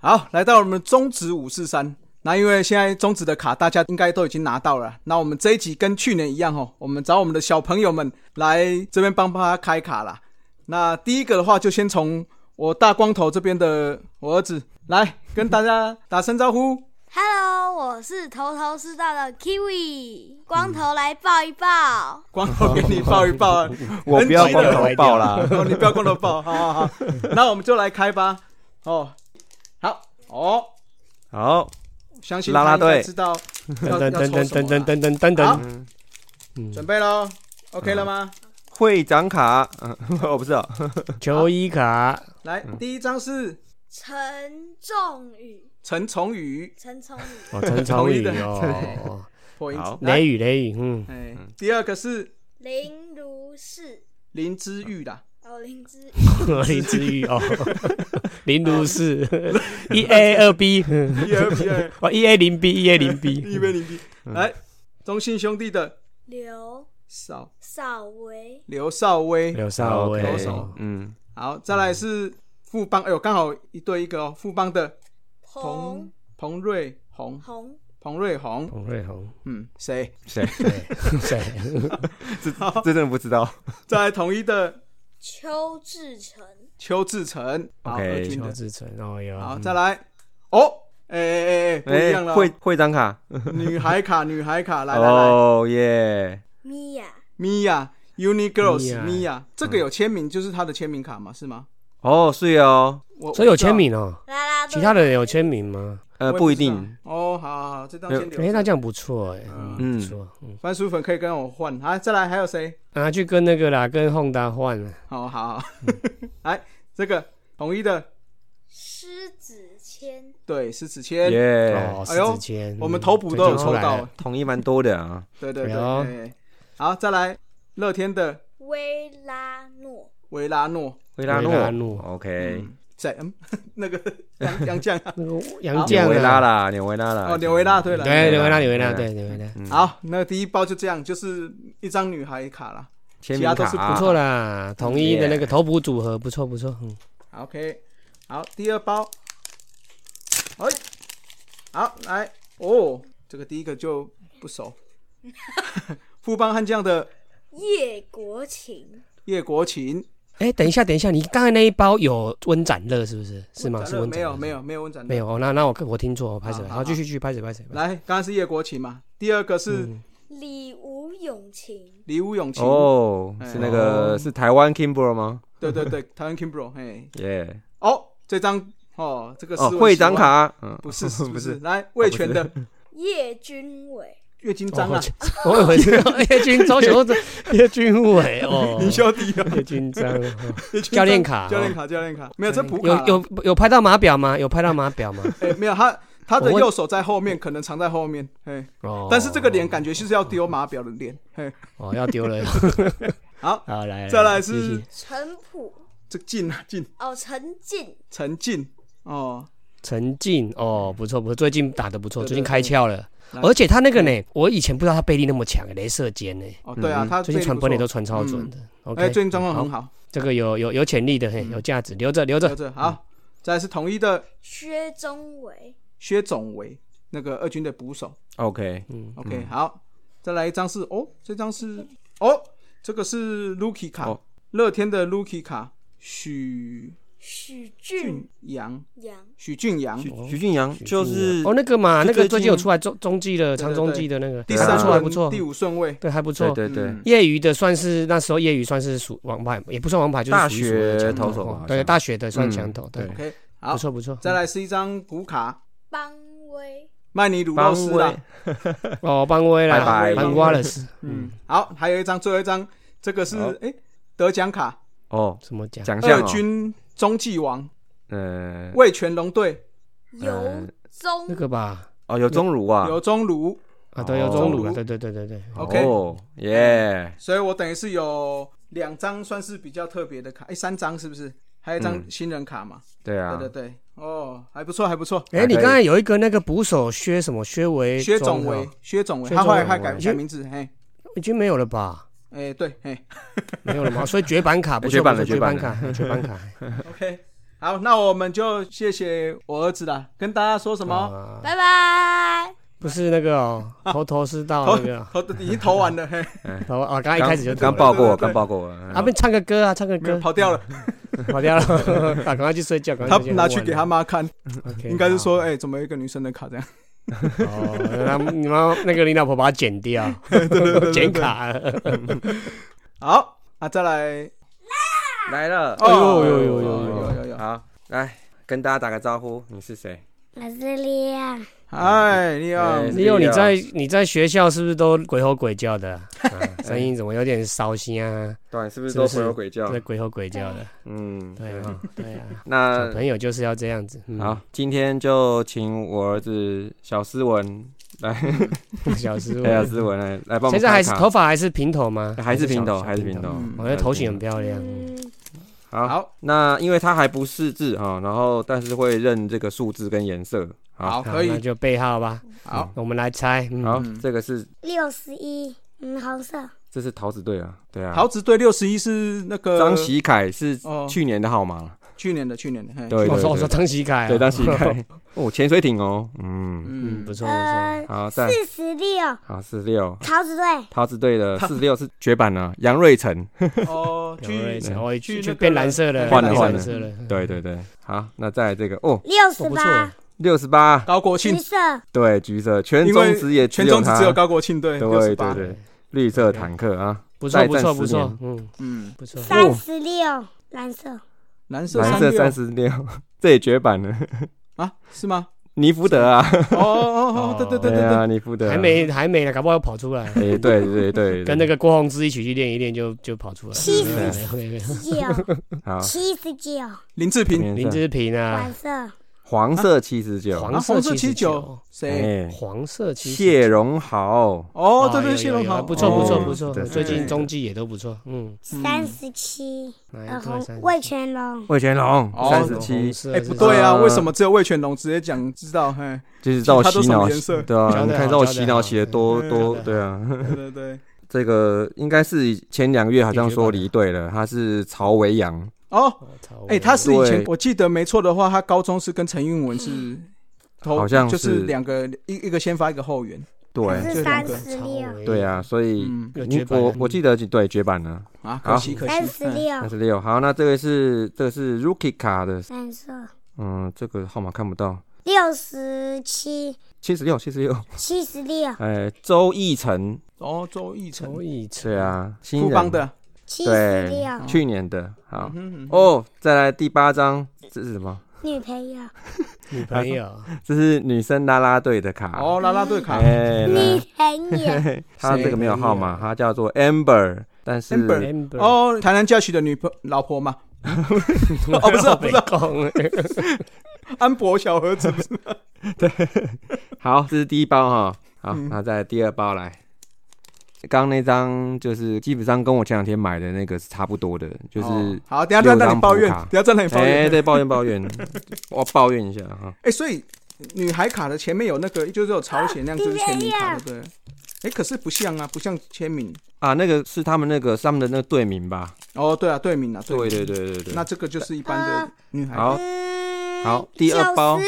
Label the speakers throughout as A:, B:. A: 好，来到我们中指五四三。那因为现在中指的卡大家应该都已经拿到了，那我们这一集跟去年一样哦，我们找我们的小朋友们来这边帮他开卡啦。那第一个的话，就先从我大光头这边的我儿子来跟大家打声招呼。
B: Hello，我是头头是道的 Kiwi，光头来抱一抱。
A: 光头给你抱一抱 啊，
C: 我不要光头抱啦，
A: 哦，你不要光头抱，好好好，那我们就来开吧。哦，好，哦，
C: 好，
A: 相信
C: 啦啦
A: 大家
C: 队
A: 知道
D: 噔
A: 要
D: 噔
A: 要抽
D: 噔噔
A: 什
D: 噔
A: 么
D: 噔
A: 了。
D: 噔噔
A: 好
D: 噔，嗯
A: 准备喽，OK 了吗？
C: 会长卡， 嗯，我不知道，
D: 球衣卡，
A: 来，第一张是
B: 陈仲宇，
A: 陈崇宇
B: 陈崇宇，
D: 哦， 陈
A: 同
D: 崇
A: 意
D: 宇
A: 的
D: 哦，
A: 破音
C: 好
A: 字。
D: 雷
A: 来，
D: 雨雷雨， 嗯，
A: 哎，第二个是
B: 林如是，
A: 林之玉啦，
B: 哦，林之宇，
D: 林之玉 哦，林如是， 一 A 二 B，
A: 一二 P 二
D: 哦，一 A 零 B，一 A 零
A: 一
D: B，
A: 杯零 B。来，中信兄弟的
B: 刘
A: 邵
B: 少维，
A: 刘少威，
D: 刘少威，
A: 投手
C: 嗯，
A: 好，再来是富邦，哎呦，刚好一对一个哦，富邦的
B: 彭
A: 彭瑞红，
B: 洪
A: 彭瑞红，
D: 彭瑞红，
A: 嗯，谁？
C: 谁？
D: 谁？
C: 这这真的不知道。
A: 再来统一的
B: 邱志成，
A: 邱志成，好，
C: OK，
A: 二军
D: 邱
A: 的，
D: 志成，哦哟，
A: 好，
D: 嗯
A: 再来，哦，哎哎哎，不一样了哦，
C: 会会长卡，
A: 女孩卡，女孩卡，来来来。
C: 哦耶，
B: 米娅，
A: Mia Uni Girls
D: Mia
A: Mia，这个有签名，就是他的签名卡嘛，是吗？
C: 哦是哦，
A: 我
D: 所以有签，名哦，
B: 啦啦队，
D: 其他的人有签名吗？
A: 我也
C: 呃
A: 不
C: 不一
A: 知道
C: 定，。
A: 哦，好好好，这张先留
D: 哎，
A: 着。
D: 那这样不错哎，嗯，
C: 嗯
D: 不错，嗯，
A: 番薯粉可以跟我换啊，再来还有谁？
D: 拿去跟那个啦，跟 Honda 换了，
A: 好好好，
D: 嗯
A: 来这个统一的，
B: 狮子谦，
A: 对，是子谦，
C: 耶，
D: 哦，
A: 哎呦
D: 四千，
A: 我们头补都有抽
D: 嗯
A: 到，
C: 统一蛮多的啊，
A: 对对
D: 哎
A: 对
D: 呦
A: 对。对好，再来乐天的
B: 维拉诺，
A: 维拉诺，
C: 维拉诺
D: 维拉诺
C: ，OK，
A: 嗯，在嗯 那个 杨杨绛 啊
D: 那个杨
C: 纽
D: 绛
C: 维拉
D: 啊，
C: 啦，纽维拉啦，
A: 哦，纽维拉，对了，
D: 对，纽维拉，纽维
C: 维
D: 拉，
C: 拉
D: 对，纽维拉，
C: 嗯
A: 好，那第一包就这样，就是一张女孩卡啦。
C: 签
A: 其
C: 名
A: 他都是
C: 卡，
D: 不错啦，统一的那个
C: Yeah
D: 头补组合不错不错，嗯，
A: 好 OK，好，第二包，哎，好来哦，这个第一个就不熟， 富邦悍将的
B: 叶国琴，
A: 叶国琴
D: 哎，等一下等一下，你刚才那一包有温展乐是不是？是吗？
A: 温展
D: 是
A: 乐呃
D: 温
A: 没
D: 展乐
A: 有没有没有温展乐
D: 没，有哦，那那我我听错，我拍手，
A: 好好
D: 好，继续继续拍手拍手，拍手
A: 来，刚刚是叶国琴嘛，第二个是
D: 嗯
B: 李吴永晴，
A: 李武永琴，
C: 哦，
A: 哎
C: 是那个是台湾 Kimber 吗？
A: 对对对，台湾 Kimbro，嘿，
C: 耶，
A: 哦，这张哦，这个是
C: 哦会长，卡，嗯，
A: 不 是不
C: 不
A: 是
C: 是，
A: 来魏权
D: 哦
A: 的
B: 叶君伟，
A: 岳金章 啊，
D: 我以为是 叶军周球子叶军伟哦，
A: 你兄弟啊，
D: 叶军章哦，
A: 岳军
D: 教练
A: 章
D: 卡哦
A: 教练卡教练卡，没 有这普卡啦
D: 有有有拍到码表吗？有拍到码表吗？
A: 哎，没有他他的
D: 我问
A: 右手在后面，可能藏在后面，嘿。
D: 哦，
A: 但是这个脸感觉就是要丢码表的脸。嘿，
D: 哦要丢了，
A: 好，
D: 好来，
A: 再来
D: 继续
A: 是
B: 陈普，
A: 这个进啊进
B: 哦，陈进，
A: 陈进哦，
D: 陈静哦，不错不错，最近打的不错，
A: 嗯对对
D: 最近开窍了。
A: 对
D: 而且他那个呢，我以前不知道他背力那么强，镭射尖呢，
A: 哦对啊，
C: 嗯
A: 他
D: 最
A: 背
D: 近
A: 得
D: 传
A: 不
D: 波垒
A: 错
D: 都传超准的。
A: 哎
D: OK，嗯
A: 最近嗯状况很好，
D: 这个有有有潜力的，嘿，有价值，留着留
A: 留
D: 着。
A: 着好。再来是统一的
B: 薛中伟，
A: 薛总为那个二军的捕手。
C: OK，
A: OK，好，
D: 嗯
A: 再来一张是哦，这张是哦，这个是 Lucky 卡
C: 哦，
A: 乐天的 Lucky 卡，许
B: 许
A: 俊
B: 俊
A: 阳，
B: 阳，
A: 许俊嗯阳。
C: 徐徐俊阳就是
D: 哦，那个嘛，那
C: 就
D: 个最
C: 最近
D: 近有出来中中继的
A: 对
D: 长中继的那个，
A: 第
C: 啊
A: 三
D: 还不错还不
A: 轮
D: 错
A: 第，五顺位，
D: 对还不
C: 对
D: 错。
C: 对对
A: 嗯，
D: 业余的算是那时候业余算是属王牌，也不算王牌，就是
C: 大
D: 属于属于
C: 学
D: 强哦
C: 投手吧好
D: 对
C: 像嗯
D: 大学的算强投，对
C: 对，
A: ，OK，好
D: 不，错不错。
A: 再来是一张古卡，
B: 邦威，
A: 曼尼鲁
C: 邦
A: 洛斯啦
C: 威，，
D: 哦，邦威
C: 拜拜
D: 啦，邦瓜了是
A: 嗯，好，还有一张，最后一张，这个是
C: 好
A: 哎、得奖卡，
C: 哦，
D: 什么奖？
C: 奖项
A: 二
C: 哦，
A: 军中继王
C: 呃，
A: 魏全龙队
B: 尤宗
D: 呃那个吧，
C: 哦，有钟乳啊
A: 有中卢，
D: 啊，对，有中鲁了，对对对对对。
A: OK 嗯
C: 哦，耶，
A: 所以我等于是有两张算是比较特别的卡，哎、三张是不是？还有一张
C: 嗯
A: 新人卡嘛？
C: 对啊
A: 对，对对，哦，还不错，还不错。
D: 哎，你刚才有一个那个捕手薛什么薛维
A: 薛总
D: 中
A: 为
D: 哦，
A: 薛总为，
D: 薛
A: 他
D: 总
A: 后来
D: 为
A: 还改
D: 薛
A: 改名字，嘿，
D: 已经没有了吧？
A: 哎、对，嘿
D: 没有了吗？所以绝版卡不错
C: 绝版了
D: 不错
C: 绝
D: 绝
C: 版
D: 版
C: 了
D: 卡，绝版卡。
A: ，OK，好，那我们就谢谢我儿子啦，跟大家说什
C: 哦
A: 么？
D: 啊
B: 拜拜。
D: 不是那个哦，头头是道
A: 投
D: 那个
A: 投已经投完了，嘿，
D: 头啊，刚刚一开始就
C: 刚
D: 爆
C: 报过，
A: 对对对
C: 刚报过。
D: 啊，不，唱个歌啊，唱个
A: 没有
D: 歌，
A: 跑掉了，
D: 跑掉了， 啊，赶快去睡觉，赶
A: 他
D: 快睡觉
A: 拿去给他， 妈看，
D: 很晚了 OK，
A: 应该是说，
D: 好
A: 哎，怎么有一个女生的卡这样？
D: 哦，那你妈那个你老婆把它剪掉，啊剪卡，啊
A: 好，啊，再来，
C: 来了，哦
A: 哎呦
D: 呦呦呦呦
A: 呦呦呦
C: 好，来跟大家打个招呼，你是谁？
B: 我是亮，
A: 哎，你好，
C: 哎
D: 你有你在你在学校是不是都鬼吼鬼叫的啊？啊声音怎么有点烧心啊？
C: 对，你是不是
D: 是不
C: 都
D: 是
C: 鬼有鬼叫
D: 在？鬼吼鬼叫的，
C: 嗯，
D: 对啊，对啊，小
C: 那
D: 朋友就是要这样子。嗯
C: 嗯好，，今天就请我儿子小思文来，
D: 小师傅，
C: 小思文来来哎帮我们
D: 现在还
C: 开
D: 是
C: 卡。
D: 头发还是平头吗？
C: 还是平头，
D: 小
C: 还是平头。
A: 嗯
D: 我觉得头型很漂亮。
B: 嗯，
C: 哎好，
A: 好，
C: 那因为他还不识字哈，然后但是会认这个数字跟颜色。
A: 好，
C: 好，
D: 好
A: 可
D: 那
A: 以，
D: 就背号吧。
A: 好，
D: 我们来猜，嗯
C: 好，
A: 嗯
C: 这个是
B: 六十一，嗯，红色，
C: 这是桃子队啊，对啊。
A: 桃子队六十一是那个
C: 张喜凯是
A: 哦
C: 去年的号码，
A: 去年的，去年的，嘿
C: 对
D: 我
C: 对
D: 说我说
C: 对，
D: 张喜凯啊，
C: 对张喜 凯，哦，潜水艇哦，嗯，
D: 嗯，
A: 嗯
D: 不，错不错。
B: 呃，
C: 好，再
B: 四十六，
C: 好四六，
B: 桃子队，
C: 桃子队的
A: 他
C: 四六是绝版了，杨瑞成，
A: 哦，
D: 有
A: 去
D: 瑞成哦，
A: 去
D: 去
A: 那
D: 去
A: 个
D: 变蓝色了，
C: 换了
D: 变
C: 换
D: 蓝
C: 了
D: 色了，
A: 嗯
C: 对对对，好，那再来这个哦，
B: 六
D: 哦
B: 十
D: 不错，
B: 八，
C: 六十八，
A: 高国
B: 橘
A: 庆，
B: 色，
C: 对，橘色，全
A: 因
C: 中
A: 为
C: 职也只
A: 全中只
C: 他
A: 只有高国庆队六
C: 对
A: 十
C: 对
A: 八，
C: 对，绿色坦克啊，
D: 嗯不
C: 再
D: 错不
C: 战
D: 错
C: 十
D: 不错
C: 年，
D: 嗯，
A: 嗯，
D: 不错。
B: 三十六，蓝
D: 哦
B: 色，
A: 蓝色
C: 蓝色三
A: 啊六
C: 十六， 这也绝版了，
A: 啊，是吗？
C: 尼福德啊，
A: 哦哦哦，对对对对对，
C: 啊，尼福德啊
D: 还，没还没呢，搞不好又跑出来，
C: 哎，对对对对，
D: 跟那个郭宏志一起去练一练，就就跑出来。
B: 七
C: 十
D: 没有没有没有
B: 九，
C: 好，
B: 七十九，
D: 啊
A: 林志平，
D: 林志平啊
B: 蓝，色，
C: 黄色七十九，哎
D: 黄色
A: 黄色
D: 七
A: 79
D: 九，
A: 谁？
D: 黄色七
C: 谢荣豪，
A: 哦，对对，谢
D: 啊有
A: 龙
D: 有有
A: 豪，
D: 不错不错不
C: 哦
D: 错
C: 对，
D: 最
A: 对
D: 近中继也都不错，嗯，
B: 三十七，
D: 哪
B: 呃，
D: 一队
B: 红
D: 哎三
B: 魏全龙，
C: 魏全龙
A: 哦
C: 三十
D: 红
C: 七，
D: 色
A: 哎，
D: 是
A: 不对啊，
C: 呃
A: 为什么只有魏全龙直接讲知道？嘿，
C: 就是让我
A: 他都什
C: 洗
A: 么
C: 脑
A: 颜色，
C: 对啊，
D: 交代
C: 你看
D: 好
C: 让我
D: 交代
C: 洗脑
D: 好
C: 洗的多
A: 嗯
C: 多，
D: 交代
C: 对啊，
A: 对对对，
C: 这个应该是前两个月好像说离队了，他是曹维阳，
A: 哦，
D: 曹
A: 哎，
D: 伟
A: 他是以前
C: 对嗯
A: 我记得没错的话，他高中是跟陈韵文是。投
C: 好像
A: 就是两个一一个先发一个后援
B: 可
C: 对
A: 这
B: 是
A: 两
B: 三
A: 个
B: 十
D: 曹
B: 六，
D: 伟
C: 对啊，所以
A: 嗯
D: 有
C: 你
D: 绝版
C: 我
D: 的
C: 我记得对绝版了
A: 啊，可惜可惜，
B: 三十
A: 嗯
B: 六
C: 三，十六，好，那这个是这个是 Rookie 卡的，
B: 蓝色，
C: 嗯，这个号码看不到，
B: 六十七，
C: 七十六七十六，
B: 七十六，
C: 哎，周奕成，
A: 哦，周奕辰，
D: 周以成
C: 对，啊，新
A: 富
C: 人
A: 邦的，
B: 七十
C: 对
B: 六，，
C: 去年的，好
A: 嗯哼嗯哼
C: 哦，再来第八张，这是什么？
B: 女朋友，
D: 女朋友，
C: 这是女生啦啦队的卡
A: 哦，啦啦队卡，
C: 哎，
B: 女
C: 那
B: 朋友，
C: 他这个没有号码，他叫做 Amber，但是
A: Amber
D: 哦，
A: 哦，台南教区的女朋老婆嘛， 哦不是不是
D: 是，
A: 安博小盒子不是，
C: 好，这是第一包哈，好，
A: 嗯
C: 那再来第二包来。刚刚那张就是基本上跟我前两天买的那个是差不多的，就
A: 哦
C: 是
A: 好，等一下在那
C: 六
A: 里
C: 张
A: 抱怨
C: 普卡，
A: 等一下在那里抱
C: 哎、
A: 怨，
C: 对，抱怨抱怨， 我抱怨一下哈。
A: 哎，所以女孩卡的前面有那个，就是有朝鲜那样，就是签名卡，对不对？哎，可是不像啊，不像签名，
C: 啊，那个是他们那个是他们的那个队名吧？
A: 哦，对啊，队名啊，
C: 对
A: 名
C: 对对对对。
A: 那这个就是一般的
B: 呃
A: 女孩，
C: 好，
B: 嗯，
C: 好第二包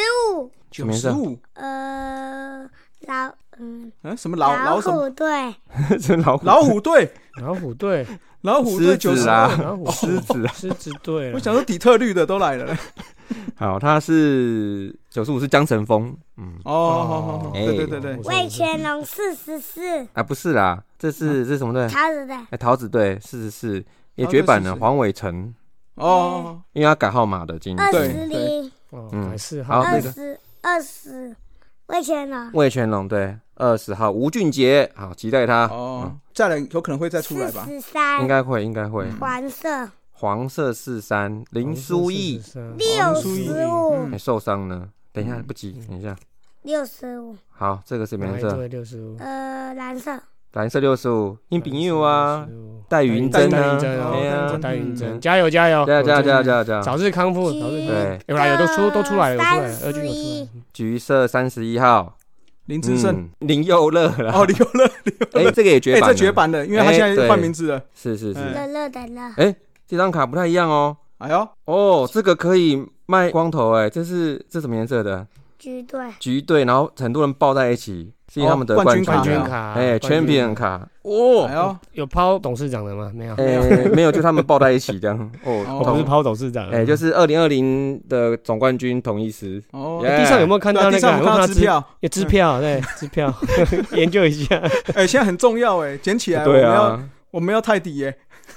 B: 九十五，
A: 九十五，
B: 呃，老，嗯，
A: 嗯，什么老老什么
B: 虎队，
C: 这老虎
A: 老虎队，
D: 老虎队，哦
A: 老虎队九
C: 狮
A: 十五，
C: 子啊，
D: 老虎
C: 狮子啊。
D: 狮子队
A: 我
D: 啊，
A: 想说底特律的都来了，
C: 好，他是九十五是江晨峰，嗯
A: 哦，好好好，对对对对
D: 哎，
B: 魏全龙四十四，
C: 啊不是啦，这是这是什么队？
B: 桃子队，
C: 哎，桃子队四十四也
A: 桃子
C: 绝版了，
A: 44
C: 黄伟成，
A: 哦，
C: 因为他改号码的今
B: 二
C: 年。
A: 对
B: 十零，
D: 哦，
C: 嗯
D: 还是好
C: 好那
B: 二
C: 个
B: 十，二十，魏全龙
C: 魏全龙对，二十号吴俊杰，好期待他，嗯
A: 哦，再来有可能会再出来
B: 四
A: 吧。
B: 十
C: 应
B: 三，
C: 该会应该会。
B: 黄色，
C: 黄色四三林书义
B: 六
A: 苏毅
B: 十
D: 哦
B: 五
C: 哎，受伤了，等一下不急，等一下。
B: 六十五，
C: 好，这个是什么
D: 哪
C: 颜
D: 一
C: 色？
D: 队六十五？
B: 呃，蓝色，
C: 蓝色六十五，殷炳佑啊，
D: 65，
C: 戴云珍
D: 戴
C: 啊，
D: 云珍哦
C: 对啊，
D: 戴云
C: 嗯
D: 珍，加油加油，
C: 加油加油加油加油加油！
D: 早日康复，
B: 橘
D: 早日康复。
C: 啊对，
D: 有啦，有都出都出来了，有出来了，嗯
B: 31
D: 二军有出来了。
C: 橘色三十一号
A: 林志胜，
C: 嗯林佑乐啦。
A: 哦，李优乐，李优
C: 哎
A: 乐，，
C: 这个也 绝
A: 哎，
C: 版了，
A: 这绝版的，因为他
C: 哎
A: 现在
C: 对
A: 换名字了。
B: 哎
C: 是是是，
A: 嗯
B: 乐乐的乐，
C: 这张卡不太一样哦。
A: 哎呦，
C: 哦，这个可以卖光头哎、这是这什么颜色的？
E: 居队
C: 橘队，然后很多人抱在一起，是因为他们的
A: 哦冠军
C: 军
A: 卡
D: 冠军
A: 啊
D: 卡，
C: 哎
D: 冠军
C: ，Champion 卡哦
A: 哎，呦，
D: 有抛董事长的吗？没有，
C: 哎、没有，就他们抱在一起这样。哦，
A: 哦
C: 同
A: 我
D: 我不是抛董事长啊。
C: 哎、就是二零二零的总冠军同一师。
A: 哦，
C: Yeah
D: 地上有没有看
A: 对
D: 到
A: 啊
D: 那
A: 地
D: 个？
A: 上
D: 有
A: 有
D: 没有
A: 看到
D: 看到
A: 支票，嗯
D: 有支票，啊对，支票， 研究一 下。
A: 哎，现在很重要哎，捡起来，我们
C: 对
A: 要
C: 啊，
A: 我们要泰迪耶，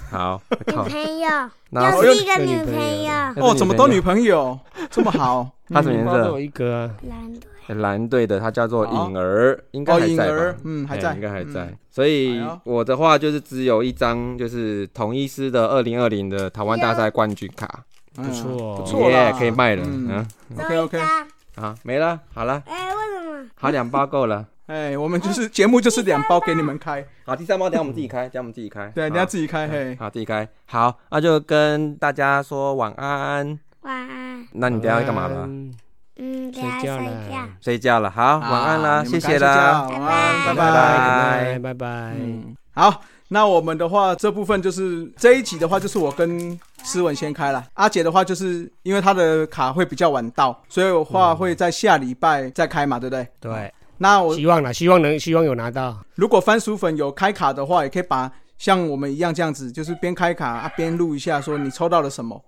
C: 好，
E: 女
C: 靠，
E: 朋友，
C: 那
E: 又
A: 后
E: 是一个
D: 又
E: 女
D: 女
E: 朋
D: 朋友
E: 友，
A: 哦，怎么都女朋友这么好？ 嗯
C: 他什么颜
D: 包着
C: 色
D: 我？一个啊，
E: 蓝队
C: 哎蓝队的，他叫做颖儿，应该
A: 哦，
C: 还
A: 颖
C: 在
A: 儿
C: 吧？，
A: 嗯，还
C: 哎
A: 在，
C: 应该还在
A: 嗯。。
C: 所以
A: 哎呦
C: 我的话就是只有一张，就是同一师的二零二零的台湾大赛冠军卡，
A: 不
D: 不错，
A: 嗯不
D: 不
A: 错啦
C: 耶可以卖了。
A: 嗯
C: 嗯，
E: 多一
A: OK，OK
E: 张。
C: 好，没了，好了，
E: 哎，为什么？
C: 好两包够了。
A: 哎，我们就是节目就是两包给你们开，
C: 好，第三包等一下我们自己开，等一下我们自己开。
A: 对，
C: 嗯好
A: 你要自己开，嘿，
C: 好，自己开。好，那就跟大家说晚安。
E: 晚安。
C: 那你等一下要干嘛了？
D: 嗯
E: 嗯，等
D: 睡
E: 下
D: 觉
E: 睡觉
D: 了。。
C: 睡觉了。好，晚安啦，
A: 你
C: 谢
A: 们赶紧
C: 谢
A: 睡
C: 啦
A: 觉。晚安，拜
C: 拜拜
D: 拜拜拜。
A: 嗯，好，那我们的话这部分就是这一集的话，就是我跟思文先开了。阿杰的话，就是因为他的卡会比较晚到，所以我
C: 嗯
A: 话会在下礼拜再开嘛，对不对？
D: 对，
A: 那我
D: 希望啦，希望能，希望有拿到。
A: 如果番薯粉有开卡的话，也可以把像我们一样这样子，就是边开卡啊边录一下，说你抽到了什么，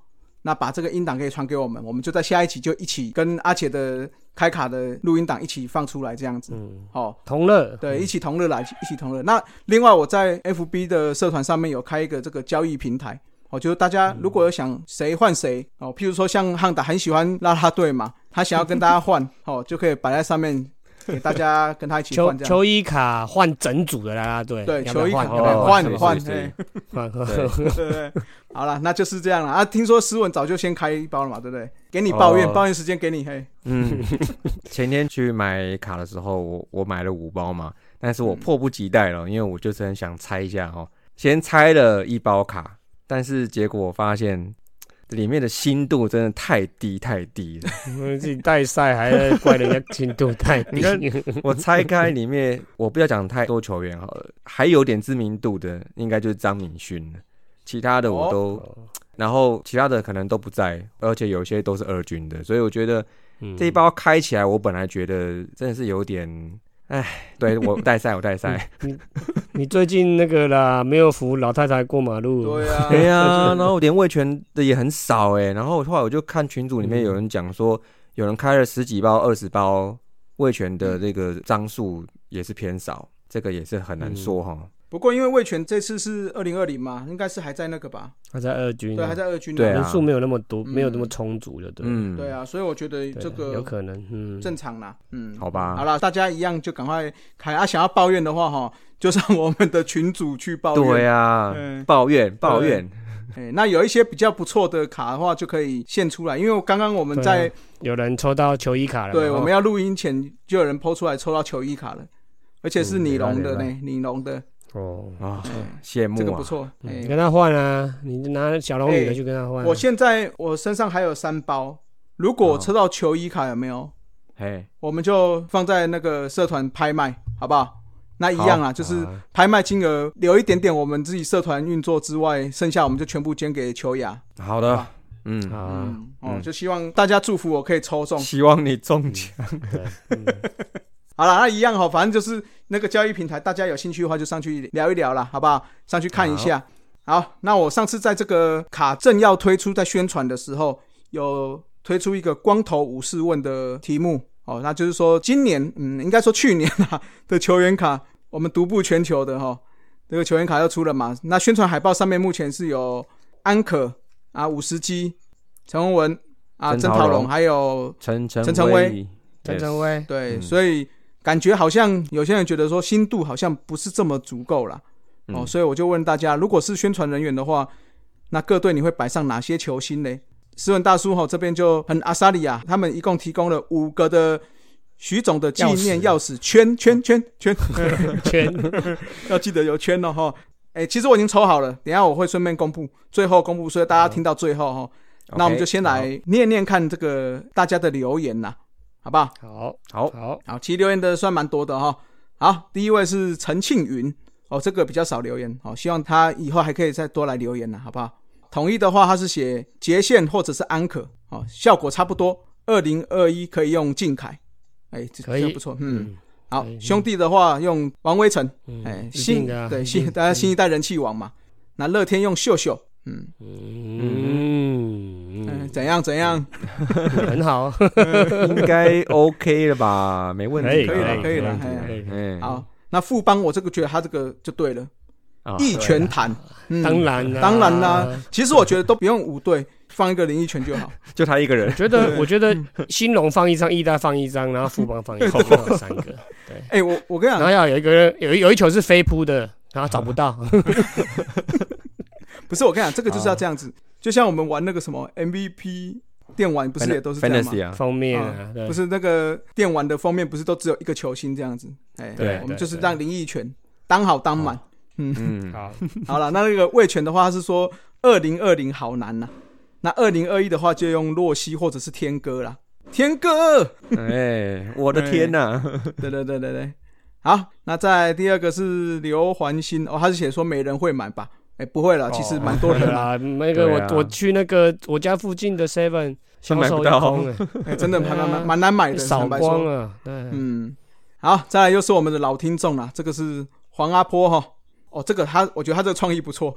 A: 那把这个音档可以传给我们，我们就在下一期就一起跟阿杰的开卡的录音档一起放出来，这样子。
D: 嗯，
A: 好、
D: 同乐。嗯
A: 对，一起同乐啦，一起同乐。那另外我在 FB 的社团上面有开一个这个交易平台，哦，就是大家如果有想谁换谁哦，譬如说像汉达很喜欢拉拉队嘛，他想要跟大家换哦，就可以摆在上面给大家跟他一起
D: 球
A: 换这样。
D: 球衣卡换整组的啦啦队，
A: 对，
D: 要不要
A: 球衣卡
D: 换哦
A: 对
C: 要
A: 换
C: 是
A: 换，
C: 是
A: 嘿
D: 换
C: 对
A: 对对对，好了，那就是这样了啊。听说斯文早就先开一包了嘛，对不对？给你抱怨，
C: 哦
A: 抱怨时间给你嘿。
C: 嗯，前天去买卡的时候，我我买了五包嘛，但是我迫不及待了，因为我就是很想拆一下哦。先拆了一包卡，但是结果我发现里面的心度真的太低太低了。
D: 我们嗯自己带赛还在怪人家进度太低
C: 你，看 我拆开里面，我不要讲太多球员好了，还有点知名度的应该就是张敏勋了，其他的
D: 哦
C: 我都，然后其他的可能都不在，而且有些都是二军的，所以我觉得
D: 嗯
C: 这一包开起来，我本来觉得真的是有点，哎，对我带赛，我带赛，
D: 你最近那个啦，没有扶老太太过马路，
A: 对啊，
C: 对呀、然后我连味全的也很少哎、然后后来我就看群组里面有人讲说，有人开了十几包、二十包味全
D: 嗯
C: 的这个张数也是偏少，这个也是很
D: 嗯
C: 难说哈。
A: 不过因为魏权这次是二零二零嘛，应该是还在那个吧？
D: 还在二军，
A: 对，还在二军呢。
C: 对啊
D: 人数没有那么多，
A: 嗯
D: 没有那么充足，就对了，
C: 嗯，
A: 对，啊，所以我觉得
D: 对啊
A: 这个
D: 有可能，嗯，
A: 正常啦，嗯，
C: 好啊吧
A: 好啦，大家一样就赶快开啊！想要抱怨的话哈，就上我们的群组去抱怨。
C: 对啊呀
A: 嗯，
C: 抱怨抱怨，
A: 哎那有一些比较不错的卡的话，就可以献出来，因为我刚刚我们
D: 对啊
A: 在
D: 有人抽到球衣卡了嘛，
A: 对
D: 哦
A: 我们要录音前就有人抛出来抽到球衣卡了，而且是
C: 嗯
A: 你龙
C: 明白
A: 的
C: 明
A: 呢，你龙的
D: 哦，
C: 啊
A: 哎，
C: 羡
A: 这个
C: 慕
A: 不
C: 啊，
A: 错，
D: 嗯你
A: 哎，
D: 跟他换啊，你拿小龙
A: 哎
D: 女的去跟他换啊，
A: 我现在我身上还有三包，如果我抽到球衣卡有没有？
C: 嘿，
A: 我们就放在那个社团拍卖，好不好？那一样啊，
C: 好
A: 就是
C: 好啊
A: 拍卖金额留一点点，我们自己社团运作之外，剩下我们就全部捐给球雅。
C: 好
A: 好
C: 的
A: 吧，
C: 嗯，
D: 啊，
A: 嗯，哦，
C: 嗯
A: 就希望大家祝福我可以抽中。
C: 希望你中
A: 嗯
C: 奖，
D: 对，嗯
A: 好了，那一样哈、反正就是那个交易平台，大家有兴趣的话就上去聊一聊啦，好不好？上去看一下。好，那我上次在这个卡正要推出在宣传的时候，有推出一个光头武士问的题目哦，那就是说今年，嗯，应该说去年啊的球员卡，我们独步全球的哈、这个球员卡又出了嘛。那宣传海报上面目前是有安可啊、五十基、陈文文啊、
C: 曾
A: 曾
C: 陶
A: 陶龙，
C: 荣
A: 还有
C: 陈陈
A: 陈陈威，
D: 陈
C: Yes
D: 晨威，
A: 对，
C: 嗯
A: 所以感觉好像有些人觉得说心度好像不是这么足够啦。哦，
C: 嗯
A: 所以我就问大家，如果是宣传人员的话，那各队你会摆上哪些球星呢？斯文大叔哈、这边就很阿萨利亚，他们一共提供了五个的徐总的纪念钥
D: 钥
A: 匙
C: 嗯
A: 圈圈圈圈，
D: 圈，
A: 要记得有圈哦哈、哎、其实我已经抽好了，等一下我会顺便公布，最后公布，所以大家听到最后哈、那我们就先
C: 嗯 OK，
A: 来念念看这个大家的留言呐，好不好？
D: 好，
C: 好，好
D: 好，
A: 好，其实留言的算蛮多的哈、好，第一位是陈庆云，哦，这个比较少留言，哦，希望他以后还可以再多来留言呢，好不好？统一的话，它是写杰线或者是安可，哦，效果差不多。二零二一可以用靖凯，哎，这
D: 可
A: 这
D: 以
A: 不错，嗯。
D: 嗯
A: 好
D: 可以，
A: 兄弟的话用王威成，
D: 嗯
A: 哎，
D: 一定
A: 新
D: 的啊
A: 对
D: 一
A: 新
D: 定
A: 大家新一代人气王嘛。那乐天用秀秀，嗯
D: 嗯
A: 嗯，
D: 嗯，
A: 怎样怎样，
D: 很好，啊
C: 应该 OK 了吧？没问
D: 可以
C: 题，
A: 可以
D: 了
A: 了，可以了
D: 了，，可
A: 哎
D: 以可以
C: 嗯，
A: 好。那富邦，我这个觉得他这个就对了，
C: 啊
A: 一拳弹，嗯
D: 当然啦，
A: 当然啦。其实我觉得都不用五队，放一个林一拳 就好。
C: 就他一个人
D: 我，觉得，我觉得
A: 嗯
D: 兴隆放一张，义大放一张，然后富邦放一张，然后有三 个，
A: 哎，我我跟你
D: 然
A: 讲
D: 后，要有一个有一有一球是飞扑的，然后找不到，
A: 不是我跟你讲，这个
D: 哦
A: 就是要这样子，就像我们玩那个什么 MVP 电玩，不是也都是这 样吗？
C: fantasy 啊？
D: 封面啊，对
A: 不是那个电玩的封面，不是都只有一个球星这样子？哎，
D: 对
A: 我们
D: 对
A: 就是
D: 对哦
A: 让林奕泉当好当 满。
C: 嗯，
D: 好，
A: 好了，那那个魏权的话他是说二零二零好难呐、那二零二一的话就用洛西或者是天哥啦，天哥，
C: 哎，我的天呐，
A: 对对对对对，好，那在第二个是刘环新哦，他是写说没人会买吧？哎、不会啦，其实蛮多人
D: 对
A: 啦，
D: 啦，那个
C: 对啊
D: 我我去那个我家附近的 Seven 销
C: 买
D: 售
C: 不
D: 一
C: 到
D: 空哎
A: 哎、真的蛮
D: 对啊
A: 蛮蛮蛮难买的，
D: 扫
A: 坦白说
D: 光啊了，对，
A: 嗯，好，再来又是我们的老听众啦，这个是黄阿坡哈。哦，这个他，我觉得他这个创意不错。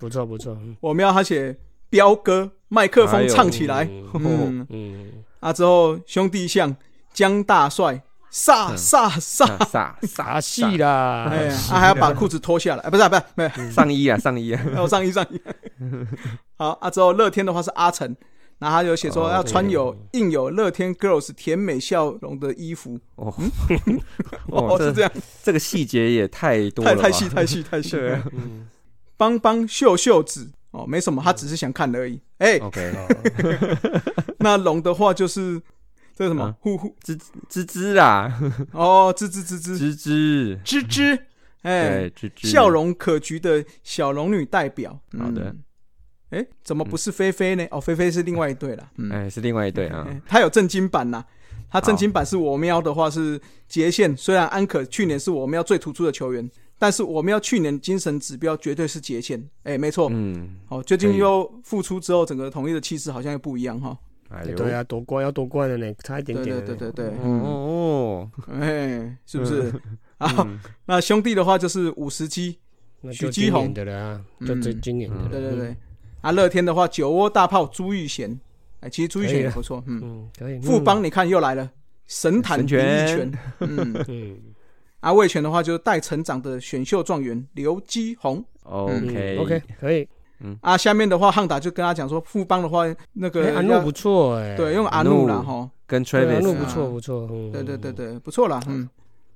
D: 不错不错，嗯
A: 我们要他写彪哥，麦克风唱起来。嗯，
D: 嗯，
A: 啊之后兄弟像江大帅，飒飒飒，
C: 啊傻
D: 打
C: 傻
D: 戏啦，
A: 哎呀，啊还要把裤子脱下来，哎不是啊不是啊，没有，
C: 傻上衣啊上衣啊，
A: 还有哎上衣上 衣。好，啊之后乐天的话是阿成，然后他有写说
C: 哦
A: 要穿有印有乐天 girls 甜美笑容的衣服。
C: 哦
A: 哦，
C: 哦，
A: 是这
C: 这
A: 样，
C: 这个细节也太多
A: 太
C: 了吧，
A: 太细太细太细。
C: 对啊
D: 嗯
A: 帮帮秀秀子哦，没什么，他只是想看而已。哎，
C: ，OK，
A: 那龙的话就是这是什么
C: 啊？
A: 呼呼
C: 芝芝啦，
A: 哦，吱吱吱吱
C: 芝芝，
A: 吱吱，哎，
C: 对，芝芝
A: 笑容可掬的小龙女代表。嗯
C: 好的，
A: 哎，怎么不是菲菲呢？哦，菲菲是另外一对啦。嗯，
C: 哎，是另外一对啊，
A: 哎他有正经版啦。他正经版是我喵的话是杰线，虽然安可去年是我喵最突出的球员，但是我喵去年精神指标绝对是杰线。哎，没错，
C: 嗯，
A: 哦，最近
C: 可以
A: 又复出之后，整个统一的气势好像又不一样哈。
C: 哎呦，
D: 对啊，夺冠要夺冠了呢，差一点
A: 对
D: 点
A: 对
D: 了呢，
A: 对对对，嗯，
C: 哦，
A: 哎，是不是？
C: 嗯
D: 嗯
A: 好，那兄弟的话就是五十击，
D: 那
A: 许
D: 就
A: 基
D: 今
A: 宏
D: 年的了啊，就这
A: 嗯
D: 今年的
C: 嗯
D: 了，
A: 对对对
D: 嗯，。
A: 啊，乐天的话酒窝大炮朱玉贤，哎，其实朱玉贤
D: 可以
A: 也
D: 啊
A: 不错，嗯。
D: 嗯，可以，
A: 富邦你看又来了，神坛
C: 神
A: 比翼
C: 拳
A: 拳，嗯。
D: 嗯，
A: 啊，魏权的话就是待成长的选秀状元刘基宏。
D: 嗯
C: OK
D: OK 可以，
A: 啊，下面的话汉达就跟他讲说，富邦的话那
D: 哎
A: 个
D: 安
A: 要
D: 诺不错哎，
A: 对用阿怒啦
C: 安
A: 哈，
C: 跟
D: 对，安
C: Travis
D: 诺
A: 啊
D: 不错不错，嗯
A: 对对对，对，不错啦，嗯。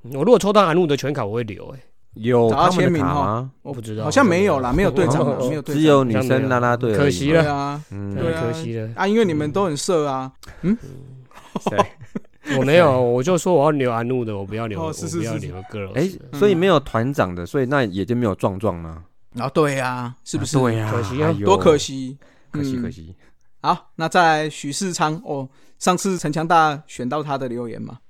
D: 嗯我如果抽到安诺的全卡，我会留哎，
C: 有
A: 找他
C: 他们
A: 签
C: 的
A: 名
C: 卡
A: 哦
C: 吗？
A: 我
D: 不知道
A: 好像没有啦，没有队长啦，
D: 哦
A: 没有队长，
C: 只有女生啦啦队而已嘛，
D: 可惜
A: 对
D: 了
A: 啊
C: 嗯，
A: 对啊
D: 可惜了，
A: 啊，因为你们都很色啊，
C: 谁
D: 我没有，我就说我要留安诺的，我不要留，
A: 哦
D: 我
A: 是是
D: 不要
A: 是是
D: 留个人，
C: 哎，所以没有团长的，所以那也就没有壮壮啦，
A: 啊，对啊，是不是？
C: 对呀，
D: 可惜啊
C: 哎呦
A: 多可，惜，
C: 可惜
A: 嗯
C: 可惜，
A: 好，那再来许世昌哦，上次陈强大选到他的留言嘛，
D: 嗯